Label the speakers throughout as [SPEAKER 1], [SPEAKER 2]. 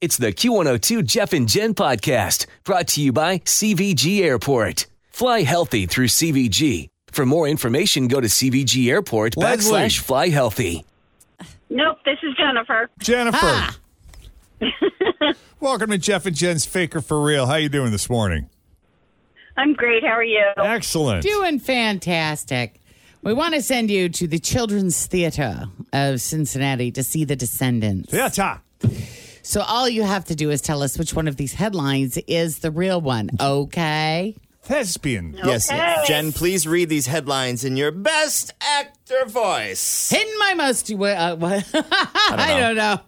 [SPEAKER 1] It's the Q102 Jeff and Jen podcast brought to you by CVG Airport. Fly healthy through CVG. For more information, go to CVG Airport
[SPEAKER 2] Leslie.
[SPEAKER 1] backslash fly healthy.
[SPEAKER 3] Nope, this is Jennifer.
[SPEAKER 2] Jennifer.
[SPEAKER 4] Ah.
[SPEAKER 2] Welcome to Jeff and Jen's Faker for Real. How you doing this morning?
[SPEAKER 3] I'm great. How are you?
[SPEAKER 2] Excellent.
[SPEAKER 4] Doing fantastic. We want to send you to the Children's Theater of Cincinnati to see The Descendants.
[SPEAKER 2] Yeah, ta.
[SPEAKER 4] So all you have to do is tell us which one of these headlines is the real one, okay?
[SPEAKER 2] Thespian.
[SPEAKER 5] Yes, Jen, please read these headlines in your best actor voice.
[SPEAKER 4] In my most, uh, what? I don't know.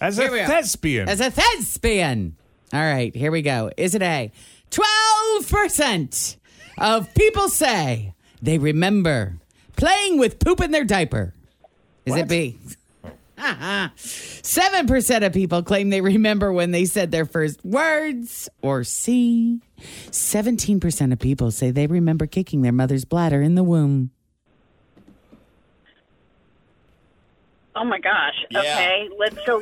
[SPEAKER 2] As a
[SPEAKER 4] Here we are.
[SPEAKER 2] thespian.
[SPEAKER 4] As a thespian. All right, here we go. Is it A? 12% of people say they remember playing with poop in their diaper. Is it B? 7% of people claim they remember when they said their first words. Or C? 17% of people say they remember kicking their mother's bladder in the womb.
[SPEAKER 3] Oh my gosh.
[SPEAKER 5] Yeah.
[SPEAKER 3] Okay, let's go.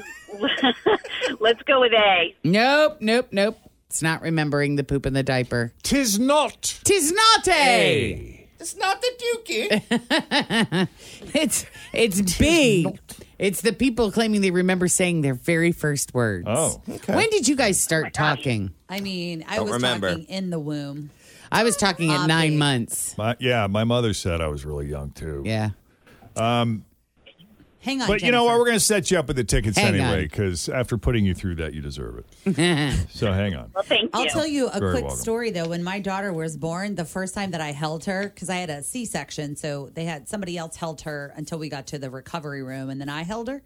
[SPEAKER 3] let's go with A.
[SPEAKER 4] Nope, nope, nope. It's not remembering the poop in the diaper.
[SPEAKER 2] Tis not.
[SPEAKER 4] Tis not A.
[SPEAKER 5] It's not the
[SPEAKER 6] Eh.
[SPEAKER 5] dookie.
[SPEAKER 4] It's it's B. It's the people claiming they remember saying their very first words.
[SPEAKER 2] Oh.
[SPEAKER 4] When did you guys start talking?
[SPEAKER 7] I mean, I
[SPEAKER 5] Don't
[SPEAKER 7] was
[SPEAKER 5] remember.
[SPEAKER 7] talking in the womb.
[SPEAKER 4] I was talking at nine months.
[SPEAKER 2] My, yeah, my mother said I was really young too.
[SPEAKER 4] Yeah.
[SPEAKER 7] Hang on,
[SPEAKER 2] But you know what?
[SPEAKER 7] Jennifer.
[SPEAKER 2] We're going to set you up with the tickets
[SPEAKER 4] Hang
[SPEAKER 2] anyway
[SPEAKER 4] on.
[SPEAKER 2] because after putting you through that, you deserve it. so hang on.
[SPEAKER 3] Well, thank
[SPEAKER 7] I'll
[SPEAKER 3] you.
[SPEAKER 7] tell you a
[SPEAKER 2] Very
[SPEAKER 7] quick
[SPEAKER 2] welcome.
[SPEAKER 7] story though. When my daughter was born, the first time that I held her, because I had a C section, so they had somebody else held her until we got to the recovery room, and then I held her,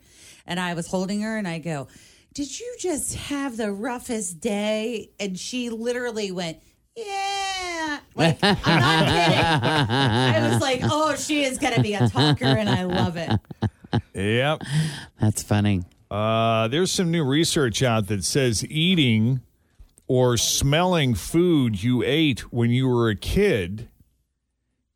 [SPEAKER 7] and I was holding her, and I go, "Did you just have the roughest day?" And she literally went, "Yeah." Like I'm not kidding. I was like, "Oh, she is gonna be a talker," and I love it.
[SPEAKER 2] Yep.
[SPEAKER 4] That's funny.
[SPEAKER 2] Uh, there's some new research out that says eating or smelling food you ate when you were a kid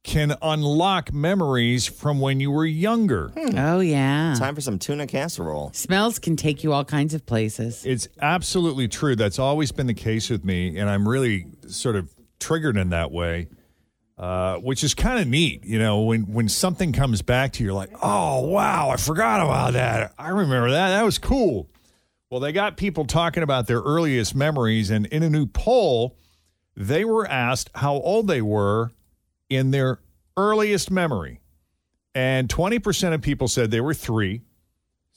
[SPEAKER 2] can unlock memories from when you were younger.
[SPEAKER 7] Hmm.
[SPEAKER 4] Oh yeah.
[SPEAKER 5] Time for some tuna casserole.
[SPEAKER 4] Smells can take you all kinds of places.
[SPEAKER 2] It's absolutely true. That's always been the case with me, and I'm really sort of triggered in that way, uh, which is kind of neat. You know, when when something comes back to you, you're like, "Oh wow, I forgot about that. I remember that. That was cool." Well, they got people talking about their earliest memories, and in a new poll, they were asked how old they were in their earliest memory, and 20% of people said they were three.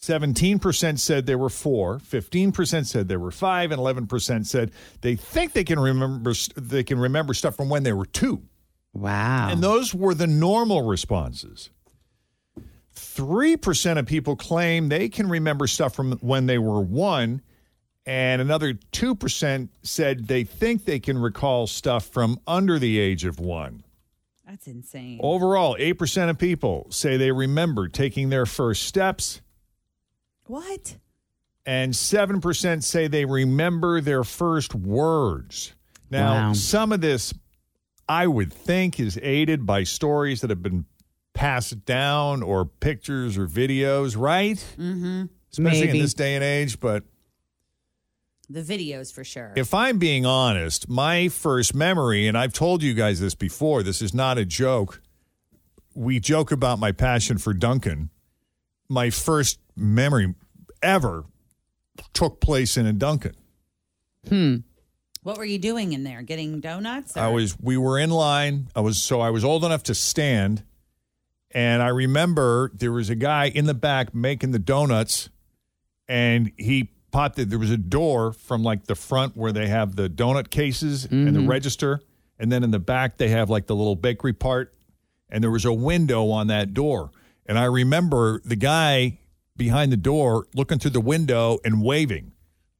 [SPEAKER 2] 17% said there were four, 15% said there were five, and 11% said they think they can remember they can remember stuff from when they were two.
[SPEAKER 4] Wow.
[SPEAKER 2] And those were the normal responses. 3% of people claim they can remember stuff from when they were one, and another 2% said they think they can recall stuff from under the age of one.
[SPEAKER 7] That's insane.
[SPEAKER 2] Overall, 8% of people say they remember taking their first steps.
[SPEAKER 7] What?
[SPEAKER 2] and 7% say they remember their first words. Now,
[SPEAKER 4] Wow.
[SPEAKER 2] some of this I would think is aided by stories that have been passed down or pictures or videos, right? Mm-hmm. Especially
[SPEAKER 4] Maybe.
[SPEAKER 2] in this day and age. But
[SPEAKER 7] The videos for sure.
[SPEAKER 2] if I'm being honest, my first memory, and I've told you guys this before, this is not a joke. We joke about my passion for Duncan. My first memory ever took place in a Duncan.
[SPEAKER 4] Hmm.
[SPEAKER 7] What were you doing in there? Getting donuts?
[SPEAKER 2] I
[SPEAKER 7] or-
[SPEAKER 2] was we were in line. I was so I was old enough to stand, and I remember there was a guy in the back making the donuts, and he popped it. There was a door from like the front where they have the donut cases and the register, and then in the back they have like the little bakery part, and there was a window on that door, and I remember the guy behind the door looking through the window and waving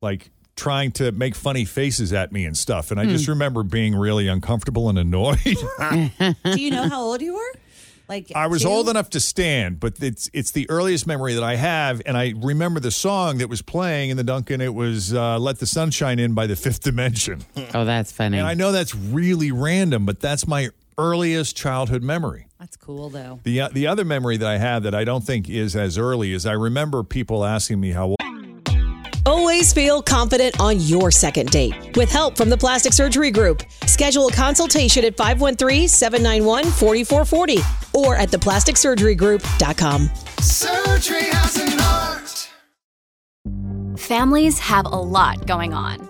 [SPEAKER 2] like trying to make funny faces at me and stuff. And I just remember being really uncomfortable and annoyed.
[SPEAKER 7] Do you know how old you were? Like
[SPEAKER 2] I was
[SPEAKER 7] two?
[SPEAKER 2] old enough to stand, but it's it's the earliest memory that I have, and I remember the song that was playing in the Duncan. It was uh, "Let the Sunshine In" by the Fifth Dimension,
[SPEAKER 4] Oh, that's funny.
[SPEAKER 2] and I know that's really random, but that's my earliest childhood memory.
[SPEAKER 7] That's cool though.
[SPEAKER 2] The uh, the other memory that I have that I don't think is as early is I remember people asking me how.
[SPEAKER 8] Always feel confident on your second date. With help from the Plastic Surgery Group, schedule a consultation at 513-791-4440 or at theplasticsurgerygroup.com.
[SPEAKER 9] Surgery has an art.
[SPEAKER 10] Families have a lot going on.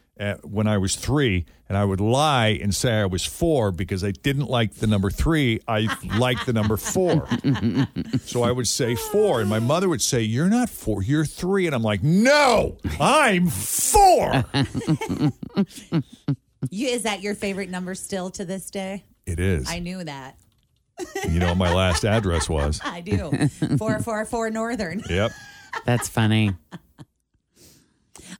[SPEAKER 2] uh, when I was three, and I would lie and say I was four because I didn't like the number three. I liked the number four. so I would say four, and my mother would say, You're not four, you're three. And I'm like, No, I'm four.
[SPEAKER 7] You, is that your favorite number still to this day?
[SPEAKER 2] it is.
[SPEAKER 7] I knew that.
[SPEAKER 2] You know what my last address was?
[SPEAKER 7] I do. 444 Northern.
[SPEAKER 2] Yep.
[SPEAKER 4] that's funny.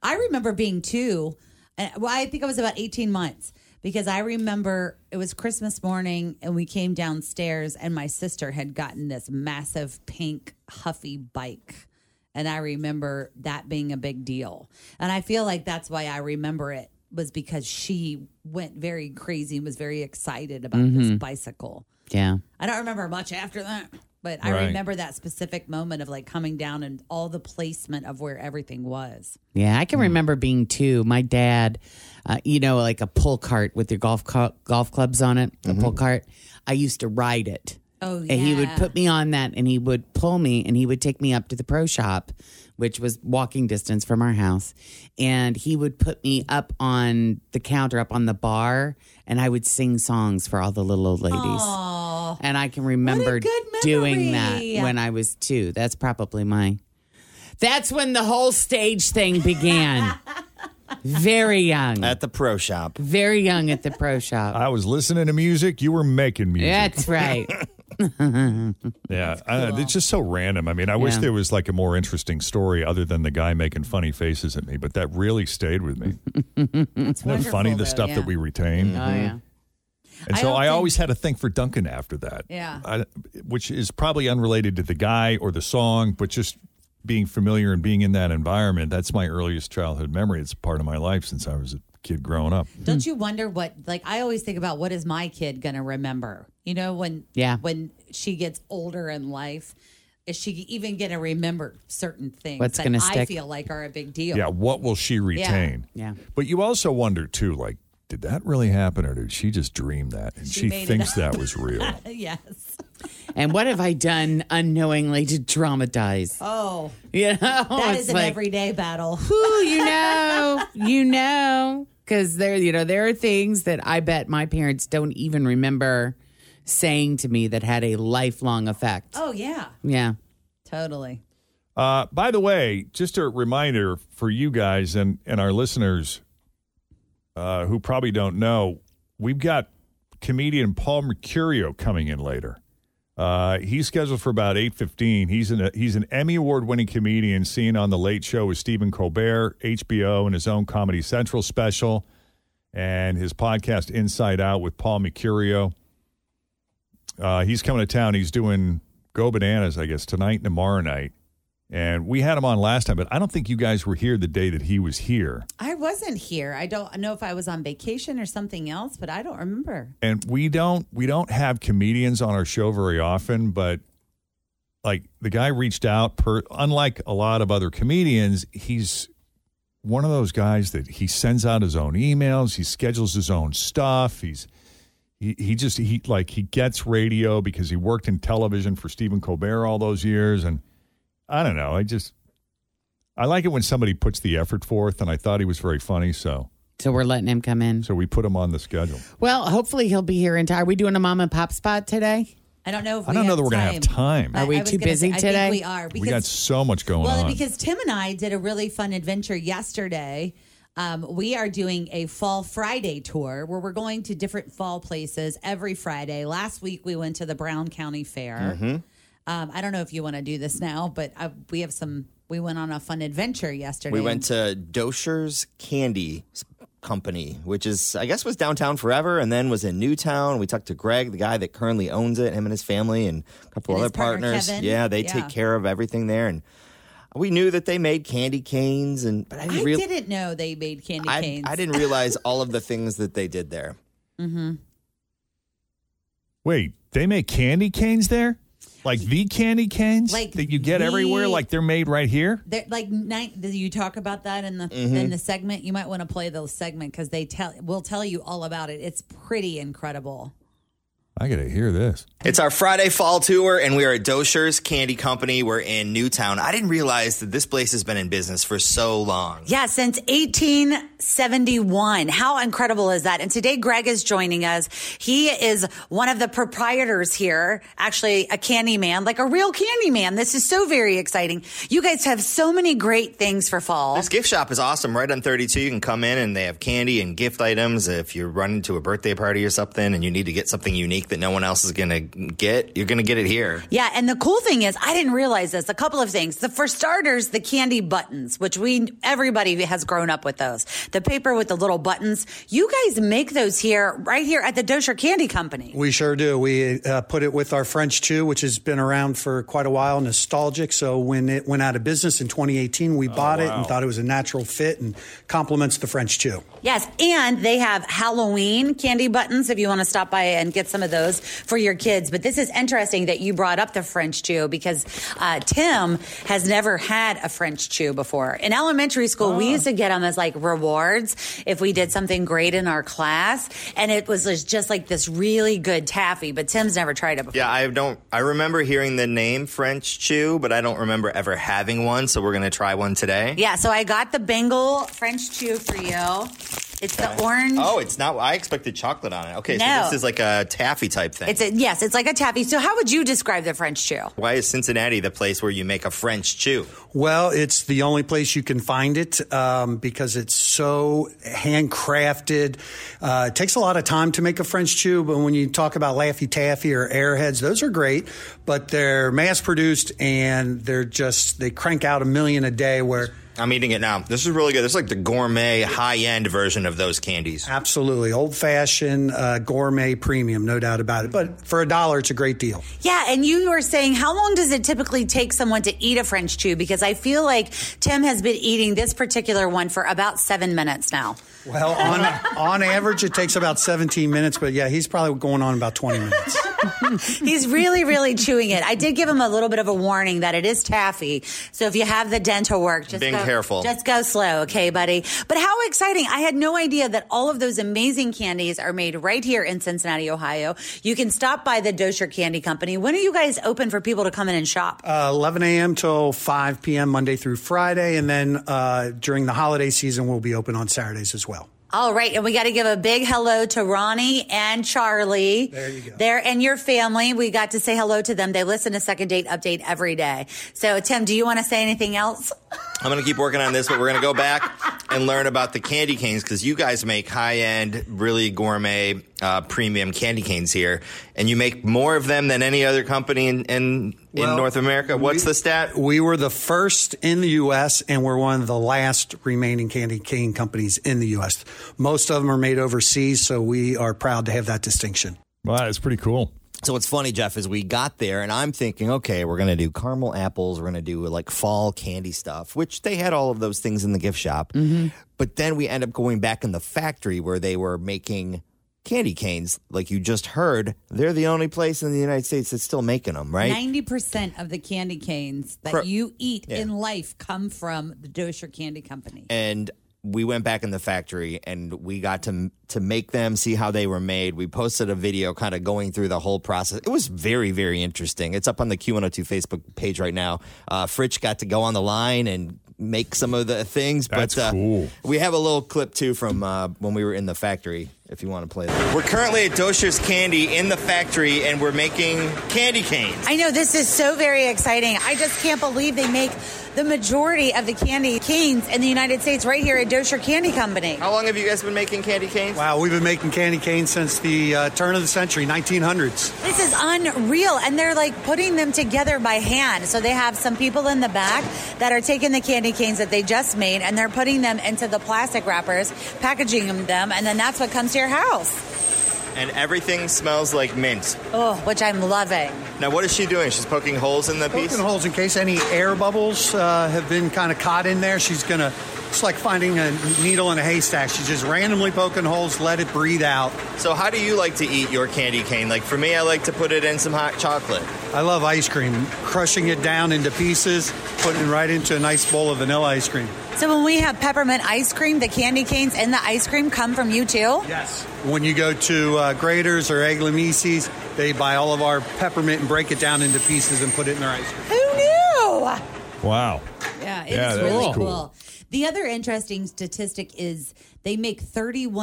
[SPEAKER 7] I remember being two. uh, Well, I think I was about 18 months because I remember it was Christmas morning and we came downstairs and my sister had gotten this massive pink huffy bike. And I remember that being a big deal. And I feel like that's why I remember it was because she went very crazy and was very excited about this bicycle.
[SPEAKER 4] Yeah.
[SPEAKER 7] I don't remember much after that, but I
[SPEAKER 2] Right.
[SPEAKER 7] remember that specific moment of like coming down and all the placement of where everything was.
[SPEAKER 4] Yeah, I can
[SPEAKER 7] Hmm.
[SPEAKER 4] remember being two. My dad, uh, you know, like a pull cart with your golf co- golf clubs on it, a pull cart. I used to ride it.
[SPEAKER 7] Mm-hmm. Oh,
[SPEAKER 4] And he would
[SPEAKER 7] yeah.
[SPEAKER 4] put me on that and he would pull me and he would take me up to the pro shop, which was walking distance from our house. And he would put me up on the counter, up on the bar, and I would sing songs for all the little old ladies. And I can remember
[SPEAKER 7] good
[SPEAKER 4] doing that
[SPEAKER 7] memory.
[SPEAKER 4] when I was two. That's probably my. That's when the whole stage thing began. Very young.
[SPEAKER 5] At the pro shop.
[SPEAKER 4] Very young at the pro shop.
[SPEAKER 2] I was listening to music. You were making music.
[SPEAKER 4] That's right.
[SPEAKER 2] Yeah, uh, it's just so random. I mean, I wish
[SPEAKER 4] Yeah.
[SPEAKER 2] there was like a more interesting story other than the guy making funny faces at me, but that really stayed with me. Isn't it funny
[SPEAKER 7] wonderful,
[SPEAKER 2] the
[SPEAKER 7] though,
[SPEAKER 2] stuff
[SPEAKER 7] yeah.
[SPEAKER 2] that we retain?
[SPEAKER 4] Oh, yeah.
[SPEAKER 2] And
[SPEAKER 7] I
[SPEAKER 2] so
[SPEAKER 7] don't
[SPEAKER 2] I,
[SPEAKER 7] think-
[SPEAKER 2] always had a thing for Duncan after that.
[SPEAKER 7] Yeah.
[SPEAKER 2] I, which is probably unrelated to the guy or the song, but just being familiar and being in that environment. That's my earliest childhood memory. It's part of my life since I was a kid growing up.
[SPEAKER 7] Don't you wonder what like I always think about what is my kid gonna remember? You know, when
[SPEAKER 4] Yeah.
[SPEAKER 7] when she gets older in life, is she even gonna remember certain things
[SPEAKER 4] What's
[SPEAKER 7] that
[SPEAKER 4] gonna
[SPEAKER 7] I
[SPEAKER 4] stick?
[SPEAKER 7] feel like are a big deal?
[SPEAKER 2] Yeah, what will she retain?
[SPEAKER 4] Yeah.
[SPEAKER 2] But you also wonder too, like, did that really happen or did she just dream that and she,
[SPEAKER 7] made it
[SPEAKER 2] thinks that was real?
[SPEAKER 7] Yes.
[SPEAKER 4] And what have I done unknowingly to traumatize?
[SPEAKER 7] Oh,
[SPEAKER 4] You know,
[SPEAKER 7] that
[SPEAKER 4] it's
[SPEAKER 7] is an
[SPEAKER 4] like,
[SPEAKER 7] everyday battle.
[SPEAKER 4] "Ooh, you know, you know, because there, you know, there are things that I bet my parents don't even remember saying to me that had a lifelong effect.
[SPEAKER 7] Oh yeah,
[SPEAKER 4] Yeah.
[SPEAKER 7] totally.
[SPEAKER 2] Uh, by the way, just a reminder for you guys and, and our listeners uh, who probably don't know, we've got comedian Paul Mercurio coming in later. Uh, he's scheduled for about eight fifteen. He's an he's an Emmy award winning comedian seen on the Late Show with Stephen Colbert, HBO, and his own Comedy Central special, and his podcast Inside Out with Paul Mercurio. Uh, he's coming to town. He's doing Go Bananas, I guess, tonight and tomorrow night And we had him on last time, but I don't think you guys were here the day that he was here.
[SPEAKER 11] I wasn't here. I don't know if I was on vacation or something else, but I don't remember.
[SPEAKER 2] and we don't we don't have comedians on our show very often but like the guy reached out per unlike a lot of other comedians he's one of those guys that he sends out his own emails he schedules his own stuff he's he, he just he like he gets radio because he worked in television for Stephen Colbert all those years and I don't know I just I like it when somebody puts the effort forth and I thought he was very funny so
[SPEAKER 4] so we're letting him come in
[SPEAKER 2] so we put him on the schedule
[SPEAKER 4] Well, hopefully he'll be here in time. Are we doing a mom and pop spot today?
[SPEAKER 11] I don't know if
[SPEAKER 2] I don't know that we're going to have time.
[SPEAKER 4] Are we too busy today?
[SPEAKER 11] we are. Because,
[SPEAKER 2] we got so much going
[SPEAKER 11] well,
[SPEAKER 2] on.
[SPEAKER 11] because Tim and I did a really fun adventure yesterday. Um, we are doing a Fall Friday tour where we're going to different fall places every Friday. Last week we went to the Brown County Fair.
[SPEAKER 2] Mm-hmm.
[SPEAKER 11] Um, I don't know if you want to do this now, but I, we have some. We went on a fun adventure yesterday.
[SPEAKER 12] We went to Dosher's Candy S- Company, which is, I guess, was downtown forever and then was in Newtown. We talked to Greg, the guy that currently owns it, him and his family and a couple
[SPEAKER 6] And his
[SPEAKER 12] other
[SPEAKER 6] partner,
[SPEAKER 12] partners.
[SPEAKER 6] Kevin.
[SPEAKER 12] Yeah, they
[SPEAKER 6] Yeah.
[SPEAKER 12] take care of everything there. And we knew that they made candy canes, and but I
[SPEAKER 11] I
[SPEAKER 12] didn't, real-
[SPEAKER 11] didn't know they made candy
[SPEAKER 12] I,
[SPEAKER 11] canes.
[SPEAKER 12] I didn't realize all of the things that they did there.
[SPEAKER 11] Mm-hmm.
[SPEAKER 2] Wait, they make candy canes there? Like the candy canes
[SPEAKER 11] Like
[SPEAKER 2] that you get
[SPEAKER 11] the-
[SPEAKER 2] everywhere? Like they're made right here?
[SPEAKER 11] They're, like night, did you talk about that in the
[SPEAKER 2] Mhm.
[SPEAKER 11] in the segment? You might want to play the segment because they tell will tell you all about it. It's pretty incredible.
[SPEAKER 2] I got to hear this.
[SPEAKER 12] It's our Friday fall tour, and we are at Dosher's Candy Company. We're in Newtown. I didn't realize that this place has been in business for so long.
[SPEAKER 11] Yeah, since 1871. How incredible is that? And today Greg is joining us. He is one of the proprietors here, actually a candy man, like a real candy man. This is so very exciting. You guys have so many great things for fall.
[SPEAKER 12] This gift shop is awesome. Right on 32, you can come in and they have candy and gift items. If you're running to a birthday party or something and you need to get something unique that no one else is going to get, you're going to get it here.
[SPEAKER 7] Yeah, and the cool thing is, I didn't realize this. A couple of things. The for starters, the candy buttons, which we everybody has grown up with those. The paper with the little buttons. You guys make those here, right here at the Dosher Candy Company.
[SPEAKER 13] We sure do. We uh, put it with our French chew, which has been around for quite a while, nostalgic. So when it went out of business in 2018, we bought it and thought it was a natural fit and complements the French chew.
[SPEAKER 7] Yes, and they have Halloween candy buttons if you want to stop by and get some of those for your kids. But this is interesting that you brought up the French chew because uh, Tim has never had a French chew before. In elementary school,
[SPEAKER 12] Uh,
[SPEAKER 7] we used to get them as like rewards if we did something great in our class, and it was just- just like this really good taffy. But Tim's never tried it before.
[SPEAKER 12] Yeah, I don't, I remember hearing the name French Chew, but I don't remember ever having one. So we're going to try one today.
[SPEAKER 7] Yeah, so I got the Bengal French chew for you. It's the orange.
[SPEAKER 12] Oh, it's not, I expected chocolate on it. Okay. So
[SPEAKER 7] No.
[SPEAKER 12] this is like a taffy type thing.
[SPEAKER 7] It's a, yes, it's like a taffy. So how would you describe the French chew?
[SPEAKER 12] Why is Cincinnati the place where you make a French Chew?
[SPEAKER 13] Well, it's the only place you can find it um, because it's so handcrafted. Uh, it takes a lot of time to make a French chew, but when you talk about Laffy Taffy or Airheads, those are great, but they're mass produced and they're just, they crank out a million a day where.
[SPEAKER 12] I'm eating it now. This is really good. This is like the gourmet, high end version of those candies.
[SPEAKER 13] Absolutely. Old fashioned, uh, gourmet premium, no doubt about it. But for a dollar, it's a great deal.
[SPEAKER 7] Yeah, and you were saying how long does it typically take someone to eat a French chew? Because I feel like Tim has been eating this particular one for about seven minutes now.
[SPEAKER 13] Well, on, on average, it takes about 17 minutes, but yeah, he's probably going on about 20 minutes.
[SPEAKER 7] He's really, really chewing it. I did give him a little bit of a warning that it is taffy. So if you have the dental work, just
[SPEAKER 12] Being
[SPEAKER 7] go,
[SPEAKER 12] careful.
[SPEAKER 7] Just go slow, okay, buddy. But how exciting! I had no idea that all of those amazing candies are made right here in Cincinnati, Ohio. You can stop by the Dosher Candy Company. When are you guys open for people to come in and shop?
[SPEAKER 13] Uh, 11 a.m. till 5 p.m. Monday through Friday, and then uh, during the holiday season, we'll be open on Saturdays as well.
[SPEAKER 7] All right, and we got to give a big hello to Ronnie and Charlie. There you go. There and your family. We got to say hello to them. They listen to Second Date Update every day. So, Tim, do you want to say anything else?
[SPEAKER 12] I'm going to keep working on this, but we're going to go back and learn about the candy canes because you guys make high end, really gourmet, uh, premium candy canes here, and you make more of them than any other company in in, in
[SPEAKER 13] Well,
[SPEAKER 12] North America. What's
[SPEAKER 13] we-
[SPEAKER 12] the stat?
[SPEAKER 13] We were the first in the U.S., and we're one of the last remaining candy cane companies in the U.S. Most of them are made overseas, so we are proud to have that distinction.
[SPEAKER 2] Wow, that's pretty cool.
[SPEAKER 12] So what's funny, Jeff, is we got there and I'm thinking, okay, we're gonna do caramel apples, we're gonna do like fall candy stuff, which they had all of those things in the gift shop. But then we end up going back in the factory where they were making candy canes, like you just heard. They're the only place in the United States that's still making them, right?
[SPEAKER 7] Ninety percent of the candy canes that
[SPEAKER 12] Cor-
[SPEAKER 7] you eat
[SPEAKER 12] Yeah.
[SPEAKER 7] in life come from the Dosher Candy Company.
[SPEAKER 12] and we went back in the factory and we got to to make them see how they were made we posted a video kind of going through the whole process it was very very interesting it's up on the q102 facebook page right now uh, fritch got to go on the line and make some of the things
[SPEAKER 5] That's
[SPEAKER 12] but uh,
[SPEAKER 5] cool.
[SPEAKER 12] we have a little clip too from uh, when we were in the factory if you want to play that
[SPEAKER 5] We're currently at Dosher's Candy in the factory, and we're making candy canes.
[SPEAKER 14] I know this is so very exciting. I just can't believe they make the majority of the candy canes in the United States right here at Dosher Candy Company. How
[SPEAKER 5] long have you guys been making candy canes?
[SPEAKER 13] Wow, we've been making candy canes since the uh, turn of the century, 1900s.
[SPEAKER 14] This is unreal. And they're like putting them together by hand. So they have some people in the back that are taking the candy canes that they just made and they're putting them into the plastic wrappers, packaging them, and then that's what comes to your house.
[SPEAKER 5] And everything smells like mint.
[SPEAKER 14] Oh, which I'm loving.
[SPEAKER 5] Now, what is she doing? She's poking holes in the
[SPEAKER 13] Poking
[SPEAKER 5] piece?
[SPEAKER 13] holes in case any air bubbles uh, have been kind of caught in there. She's going to, it's like finding a needle in a haystack. She's just randomly poking holes, let it breathe out.
[SPEAKER 5] So, how do you like to eat your candy cane? Like, for me, I like to put it in some hot chocolate.
[SPEAKER 13] I love ice cream, crushing it down into pieces, putting it right into a nice bowl of vanilla ice cream.
[SPEAKER 14] So when we have peppermint ice cream, the candy canes and the ice cream come from you too?
[SPEAKER 13] Yes. When you go to uh, Graders or Aglamisi's, they buy all of our peppermint and break it down into pieces and put it in their ice cream.
[SPEAKER 14] Who knew?
[SPEAKER 2] Wow.
[SPEAKER 7] Yeah, it's
[SPEAKER 13] Yeah, that is
[SPEAKER 7] really cool.
[SPEAKER 13] cool.
[SPEAKER 7] The other interesting statistic is they make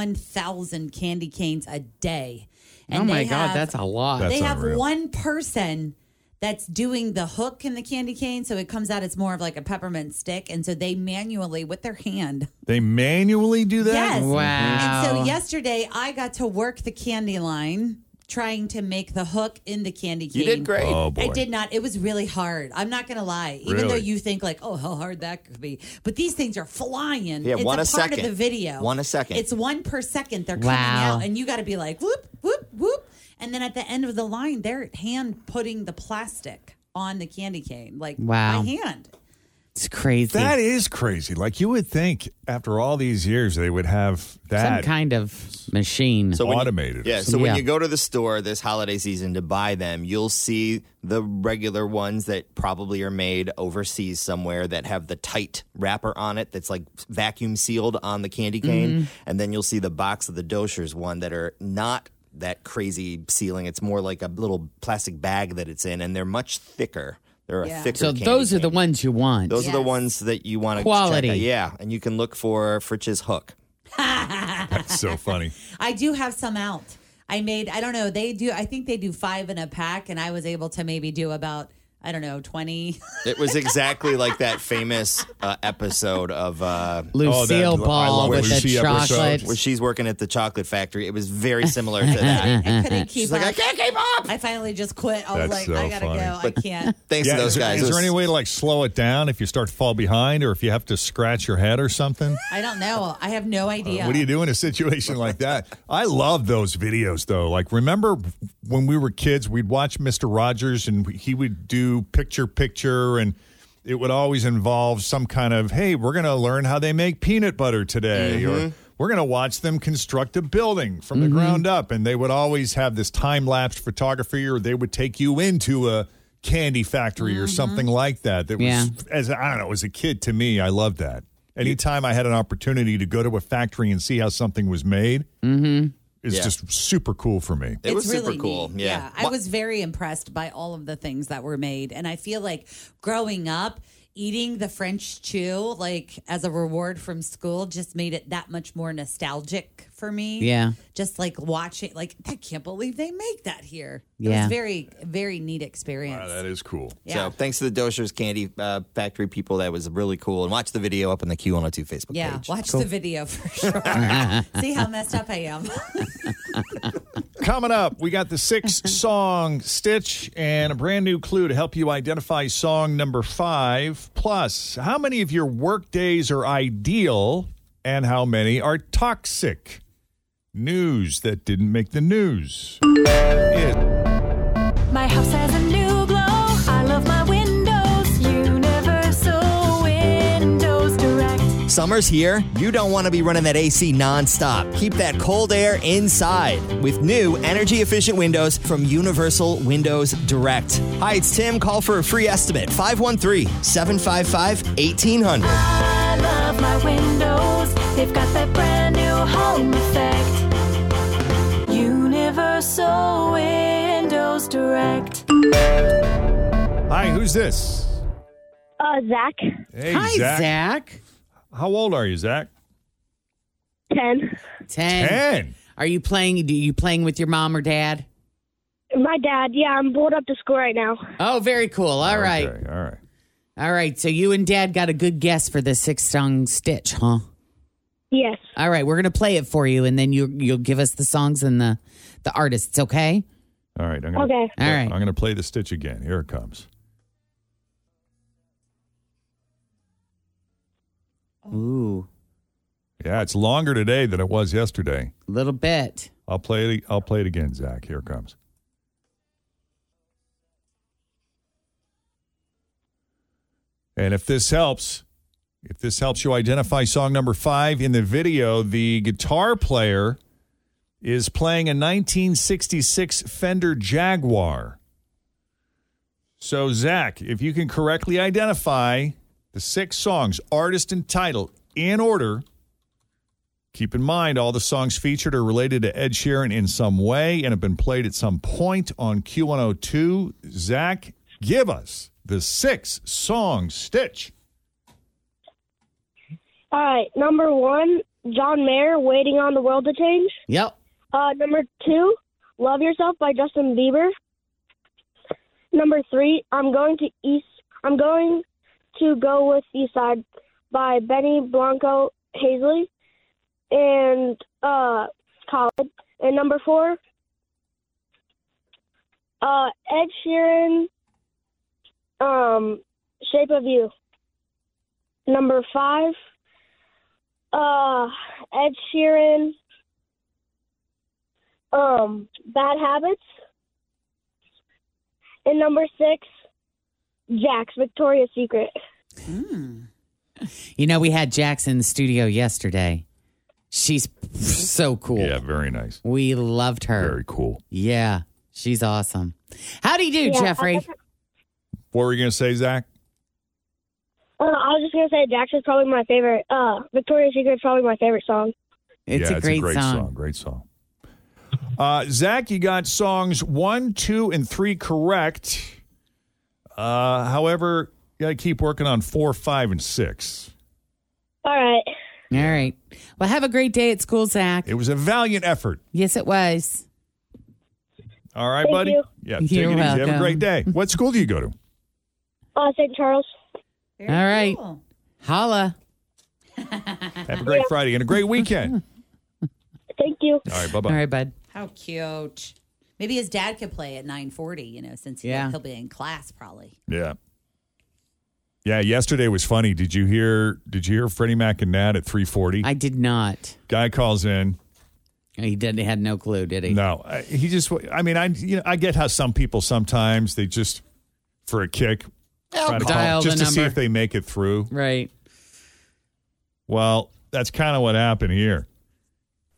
[SPEAKER 7] 31,000 candy canes a day.
[SPEAKER 4] Oh my
[SPEAKER 7] they
[SPEAKER 4] God, that's a lot.
[SPEAKER 7] they
[SPEAKER 4] That's
[SPEAKER 7] have
[SPEAKER 4] unreal.
[SPEAKER 7] one person that's doing the hook in the candy cane. So it comes out, it's more of like a peppermint stick. And so they manually, with their hand,
[SPEAKER 2] They manually do that?
[SPEAKER 7] Yes. And so yesterday I got to work the candy line trying to make the hook in the candy cane.
[SPEAKER 2] You did great. Oh, boy.
[SPEAKER 7] I did not. It was really hard. I'm not going to lie. Even though
[SPEAKER 12] Really?
[SPEAKER 7] you think like, oh, how hard that could be. But these things are flying.
[SPEAKER 12] Yeah,
[SPEAKER 7] it's
[SPEAKER 12] one
[SPEAKER 7] a,
[SPEAKER 12] a
[SPEAKER 7] part of
[SPEAKER 12] second.
[SPEAKER 7] the video.
[SPEAKER 12] One a second.
[SPEAKER 7] It's one per second they're
[SPEAKER 12] Wow.
[SPEAKER 7] coming out. And you got to be like, whoop, whoop, whoop. And then at the end of the line, they're hand putting the plastic on the candy cane. Like
[SPEAKER 2] Wow.
[SPEAKER 7] by hand.
[SPEAKER 4] It's crazy.
[SPEAKER 2] That is crazy. Like you would think after all these years they would have that
[SPEAKER 4] kind of machine
[SPEAKER 2] so
[SPEAKER 4] when you-
[SPEAKER 2] automated. or
[SPEAKER 12] Yeah, so
[SPEAKER 2] something.
[SPEAKER 12] when you go to the store this holiday season to buy them, you'll see the regular ones that probably are made overseas somewhere that have the tight wrapper on it that's like vacuum sealed on the candy cane.
[SPEAKER 15] Mhm.
[SPEAKER 12] And then you'll see the box of the Doshers one that are not that crazy sealing. It's more like a little plastic bag that it's in, and they're much thicker. They're a thicker
[SPEAKER 4] So
[SPEAKER 12] candy
[SPEAKER 4] those are
[SPEAKER 12] cane.
[SPEAKER 4] the ones you want.
[SPEAKER 12] Those are the ones that you want to
[SPEAKER 4] Quality.
[SPEAKER 12] Yeah, and you can look for Fritch's hook.
[SPEAKER 2] That's so funny.
[SPEAKER 7] I do have some out. I made, I don't know, they do, I think they do five in a pack, and I was able to maybe do about, I don't know, 20.
[SPEAKER 12] It was exactly like that famous uh, episode of uh,
[SPEAKER 4] Lucille Oh, that- I love Ball
[SPEAKER 12] where
[SPEAKER 4] with the
[SPEAKER 12] she-
[SPEAKER 4] chocolate.
[SPEAKER 12] where she's working at the chocolate factory. It was very similar to that.
[SPEAKER 7] I couldn't keep
[SPEAKER 12] She's
[SPEAKER 7] up.
[SPEAKER 12] like, I can't keep up.
[SPEAKER 7] I finally just quit. I was
[SPEAKER 2] That's
[SPEAKER 7] like,
[SPEAKER 2] so
[SPEAKER 7] I gotta
[SPEAKER 2] funny.
[SPEAKER 7] go. I
[SPEAKER 12] But-
[SPEAKER 7] can't.
[SPEAKER 12] Thanks
[SPEAKER 2] Yeah,
[SPEAKER 12] to those
[SPEAKER 2] is there-
[SPEAKER 12] guys.
[SPEAKER 2] Is
[SPEAKER 12] It
[SPEAKER 2] there
[SPEAKER 12] was-
[SPEAKER 2] any way to like slow it down if you start to fall behind or if you have to scratch your head or something?
[SPEAKER 7] I don't know. I have no idea.
[SPEAKER 2] Uh, What do you do in a situation like that? I love those videos though. Like remember when we were kids, we'd watch Mr. Rogers and we- he would do picture picture and it would always involve some kind of, "Hey, we're going to learn how they make peanut butter today." Or
[SPEAKER 12] Mhm.
[SPEAKER 2] we're going to watch them construct a building from the ground up and they would always have this time-lapse photography or they would take you into a candy factory or something like that that was
[SPEAKER 4] Yeah.
[SPEAKER 2] as I don't know, as a kid to me, I loved that. Anytime I had an opportunity to go to a factory and see how something was made, mm-hmm. it's
[SPEAKER 12] Yeah.
[SPEAKER 2] just super cool for me.
[SPEAKER 7] It's really neat. I was very impressed by all of the things that were made. And I feel like growing up, eating the French chew, like as a reward from school, just made it that much more nostalgic for me.
[SPEAKER 4] Yeah.
[SPEAKER 7] Just like watching, like, I can't believe they make that here. It
[SPEAKER 12] Yeah.
[SPEAKER 7] was very, very neat experience.
[SPEAKER 2] that is cool.
[SPEAKER 7] Yeah.
[SPEAKER 12] So thanks to the Doshers Candy uh, Factory people. That was really cool. And watch the video up on the Q102 Facebook
[SPEAKER 7] yeah.
[SPEAKER 12] page.
[SPEAKER 7] Watch the video for sure. See how messed up I am.
[SPEAKER 2] Coming up, we got the six song stitch and a brand new clue to help you identify song number five. Plus, how many of your work days are ideal and how many are toxic? News that didn't make the news. It-
[SPEAKER 16] My house has a new glow. I love my windows. Universal Windows Direct.
[SPEAKER 12] Summer's here. You don't want to be running that AC nonstop. Keep that cold air inside with new energy efficient windows from Universal Windows Direct. Hi, it's Tim. Call for a free estimate 513 755 1800.
[SPEAKER 16] I love my windows. They've got that brand new home effect. Universal Windows Direct.
[SPEAKER 2] Hi, who's this?
[SPEAKER 13] Uh, Zach.
[SPEAKER 2] Hey,
[SPEAKER 13] Hi,
[SPEAKER 2] Zach.
[SPEAKER 4] Zach.
[SPEAKER 2] How old are you, Zach?
[SPEAKER 13] Ten.
[SPEAKER 4] Ten.
[SPEAKER 2] Ten.
[SPEAKER 4] Are you playing? Do you playing with your mom or dad?
[SPEAKER 13] My dad. Yeah, I'm bored up to school right now.
[SPEAKER 4] Oh, very cool. All right.
[SPEAKER 2] All right.
[SPEAKER 4] All right. So you and dad got a good guess for the six song stitch, huh?
[SPEAKER 13] Yes.
[SPEAKER 4] All right. We're gonna play it for you, and then you you'll give us the songs and the the artists. Okay.
[SPEAKER 2] All right. I'm gonna,
[SPEAKER 13] Okay.
[SPEAKER 4] All right.
[SPEAKER 2] I'm going to play the stitch again. Here it comes.
[SPEAKER 4] Ooh.
[SPEAKER 2] Yeah, it's longer today than it was yesterday.
[SPEAKER 4] A little bit.
[SPEAKER 2] I'll play it. I'll play it again, Zach. Here it comes. And if this helps, if this helps you identify song number five in the video, the guitar player is playing a 1966 Fender Jaguar. So, Zach, if you can correctly identify the six songs, artist and title in order, Keep in mind, all the songs featured are related to Ed Sheeran in some way and have been played at some point on Q102. Zach, give us the six song stitch.
[SPEAKER 13] All right. Number one, John Mayer, "Waiting on the World to Change."
[SPEAKER 4] Yep.
[SPEAKER 13] Uh, number two, "Love Yourself" by Justin Bieber. Number three, "I'm Going to East." I'm going to go with East Side by Benny Blanco Hazley and uh, Khalid. And number four, uh, Ed Sheeran, um, "Shape of You." Number five, uh, Ed Sheeran, um, Bad Habits. And number six, Jack's Victoria's Secret.
[SPEAKER 4] You know, we had Jax in the studio yesterday. She's so cool. Yeah,
[SPEAKER 2] very nice.
[SPEAKER 4] We loved her.
[SPEAKER 2] Very cool.
[SPEAKER 4] Yeah, she's awesome. How do you do,
[SPEAKER 13] Yeah, I-
[SPEAKER 4] Jeffrey?
[SPEAKER 2] What were you going to say, Zach?
[SPEAKER 13] Uh, I was just gonna say Jack's is probably my favorite. Uh, Victoria's Secret is probably my favorite song.
[SPEAKER 4] It's
[SPEAKER 2] yeah,
[SPEAKER 4] a
[SPEAKER 2] it's
[SPEAKER 4] great
[SPEAKER 2] a great
[SPEAKER 4] song.
[SPEAKER 2] song. Great song. Uh, Zach, you got songs one, two, and three correct. Uh, however, you got to keep working on four, five, and six.
[SPEAKER 13] All right.
[SPEAKER 4] All right. Well, have a great day at school, Zach.
[SPEAKER 2] It was a valiant effort.
[SPEAKER 4] Yes, it was.
[SPEAKER 2] All right,
[SPEAKER 4] Thank
[SPEAKER 2] buddy?
[SPEAKER 4] you.
[SPEAKER 2] Yeah, take
[SPEAKER 4] You're
[SPEAKER 2] it easy. Have a
[SPEAKER 4] welcome.
[SPEAKER 2] great day. What school do you go to?
[SPEAKER 13] Uh, St. Charles.
[SPEAKER 4] All right. Holla.
[SPEAKER 2] Have a great Friday and a great weekend.
[SPEAKER 13] Thank you. All
[SPEAKER 2] right, bye bye.
[SPEAKER 4] All right, bud.
[SPEAKER 17] How cute. Maybe his dad could play at 940, you know, since he,
[SPEAKER 4] Yeah.
[SPEAKER 17] he'll be in class probably.
[SPEAKER 2] Yeah. Yeah, yesterday was funny. Did you hear did you hear Freddie Mac and Nat at 340?
[SPEAKER 4] I did not.
[SPEAKER 2] Guy calls in.
[SPEAKER 4] He didn't had no clue, did he?
[SPEAKER 2] No. I- He just I mean, I you know, I get how some people sometimes they just for a kick try to call
[SPEAKER 4] Dial the
[SPEAKER 2] just to see
[SPEAKER 4] number.
[SPEAKER 2] if they make it through.
[SPEAKER 4] Right.
[SPEAKER 2] Well, that's kind of what happened here.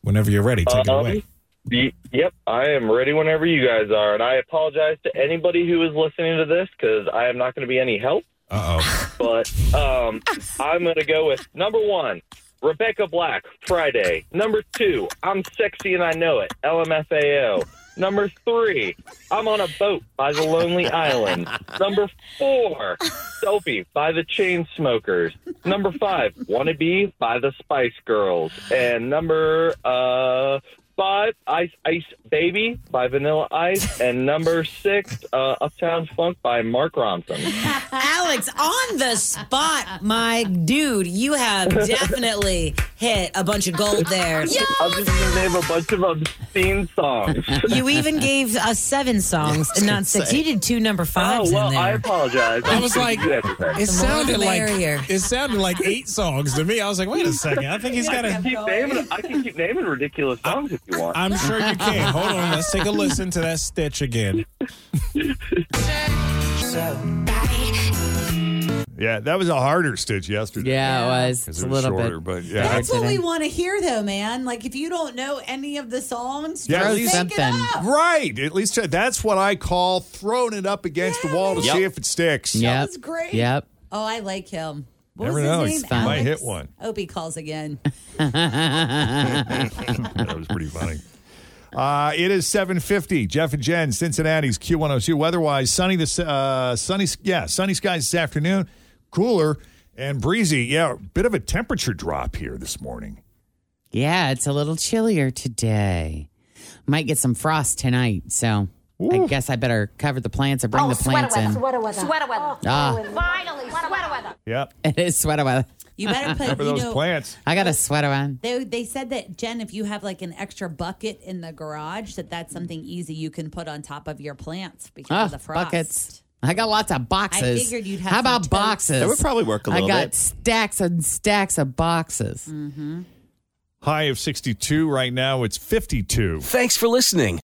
[SPEAKER 2] Whenever you're ready,
[SPEAKER 7] Um, y- yep, I am ready whenever you guys are, and I apologize to anybody who is listening to this because I am not going to be any help.
[SPEAKER 2] Uh oh.
[SPEAKER 7] But um, I'm going to go with number one, Rebecca Black, Friday. Number two, I'm sexy and I know it, LMFAO. Number three, I'm on a boat by the Lonely Island. Number four, Selfie by the Chainsmokers. Number five, Wannabe by the Spice Girls. And number uh, five, Ice Ice Baby by Vanilla Ice. And number six, uh, Uptown Funk by Mark Ronson.
[SPEAKER 18] Alex, on the spot, my dude, you have definitely hit a bunch of gold there.
[SPEAKER 7] I'm just gonna name a bunch of obscene songs.
[SPEAKER 18] You even gave us seven songs,
[SPEAKER 7] I was
[SPEAKER 18] not
[SPEAKER 7] gonna
[SPEAKER 18] six.
[SPEAKER 7] say.
[SPEAKER 18] You did two number fives
[SPEAKER 7] Oh well,
[SPEAKER 18] in there.
[SPEAKER 7] I apologize.
[SPEAKER 18] I was
[SPEAKER 7] I'm
[SPEAKER 18] like,
[SPEAKER 7] gonna do everything.
[SPEAKER 18] it The more sounded the like- merrier.
[SPEAKER 19] It sounded like eight songs to me. I was like, wait a second. I think he's
[SPEAKER 7] Yeah,
[SPEAKER 19] got
[SPEAKER 7] I can
[SPEAKER 19] a.
[SPEAKER 7] keep naming, I can keep naming ridiculous songs if you want.
[SPEAKER 19] I'm
[SPEAKER 20] sure you can. Hold on. Let's take a listen to that stitch again.
[SPEAKER 2] Yeah, that was a harder stitch yesterday.
[SPEAKER 4] Yeah, it was.
[SPEAKER 2] 'Cause
[SPEAKER 4] It's a little bit
[SPEAKER 2] shorter, But yeah,
[SPEAKER 7] That's what we want to hear, though, man. Like, if you don't know any of the songs,
[SPEAKER 2] Yeah,
[SPEAKER 7] just make it up.
[SPEAKER 2] Right. At least that's what I call throwing it up against the wall to see if it sticks.
[SPEAKER 7] That was great. Oh, I like him. What
[SPEAKER 2] Never
[SPEAKER 7] was his
[SPEAKER 2] know.
[SPEAKER 7] name?
[SPEAKER 2] He's fun. Might hit one.
[SPEAKER 7] Hope he calls again.
[SPEAKER 2] that was pretty funny. Uh, it is 7:50. Jeff and Jen, Cincinnati's Q102. Weatherwise, sunny this uh, sunny yeah sunny skies this afternoon. Cooler and breezy. Yeah, bit of a temperature drop here this morning.
[SPEAKER 4] Yeah, it's a little chillier today. Might get some frost tonight, so I guess I better cover the plants or bring the plants in.
[SPEAKER 15] weather. Sweater weather.
[SPEAKER 4] Ah. sweater
[SPEAKER 15] Finally, sweater weather.
[SPEAKER 2] Yep.
[SPEAKER 4] It is sweater weather.
[SPEAKER 7] You better put- Cover you those know- plants.
[SPEAKER 4] I got a sweater on.
[SPEAKER 7] They, they said that Jen, if you have like an extra bucket in the garage, that that's something easy you can put on top of your plants because
[SPEAKER 4] Ah,
[SPEAKER 7] of the frost.
[SPEAKER 4] buckets. I got lots of boxes.
[SPEAKER 7] I figured you'd have
[SPEAKER 4] How
[SPEAKER 7] some
[SPEAKER 4] about
[SPEAKER 7] totes.
[SPEAKER 4] boxes?
[SPEAKER 7] That would probably work
[SPEAKER 4] a
[SPEAKER 7] a
[SPEAKER 4] I
[SPEAKER 7] little
[SPEAKER 4] got
[SPEAKER 7] bit.
[SPEAKER 4] stacks and stacks of boxes. Mm-hmm.
[SPEAKER 2] High of 62 right now. It's 52.
[SPEAKER 1] Thanks for listening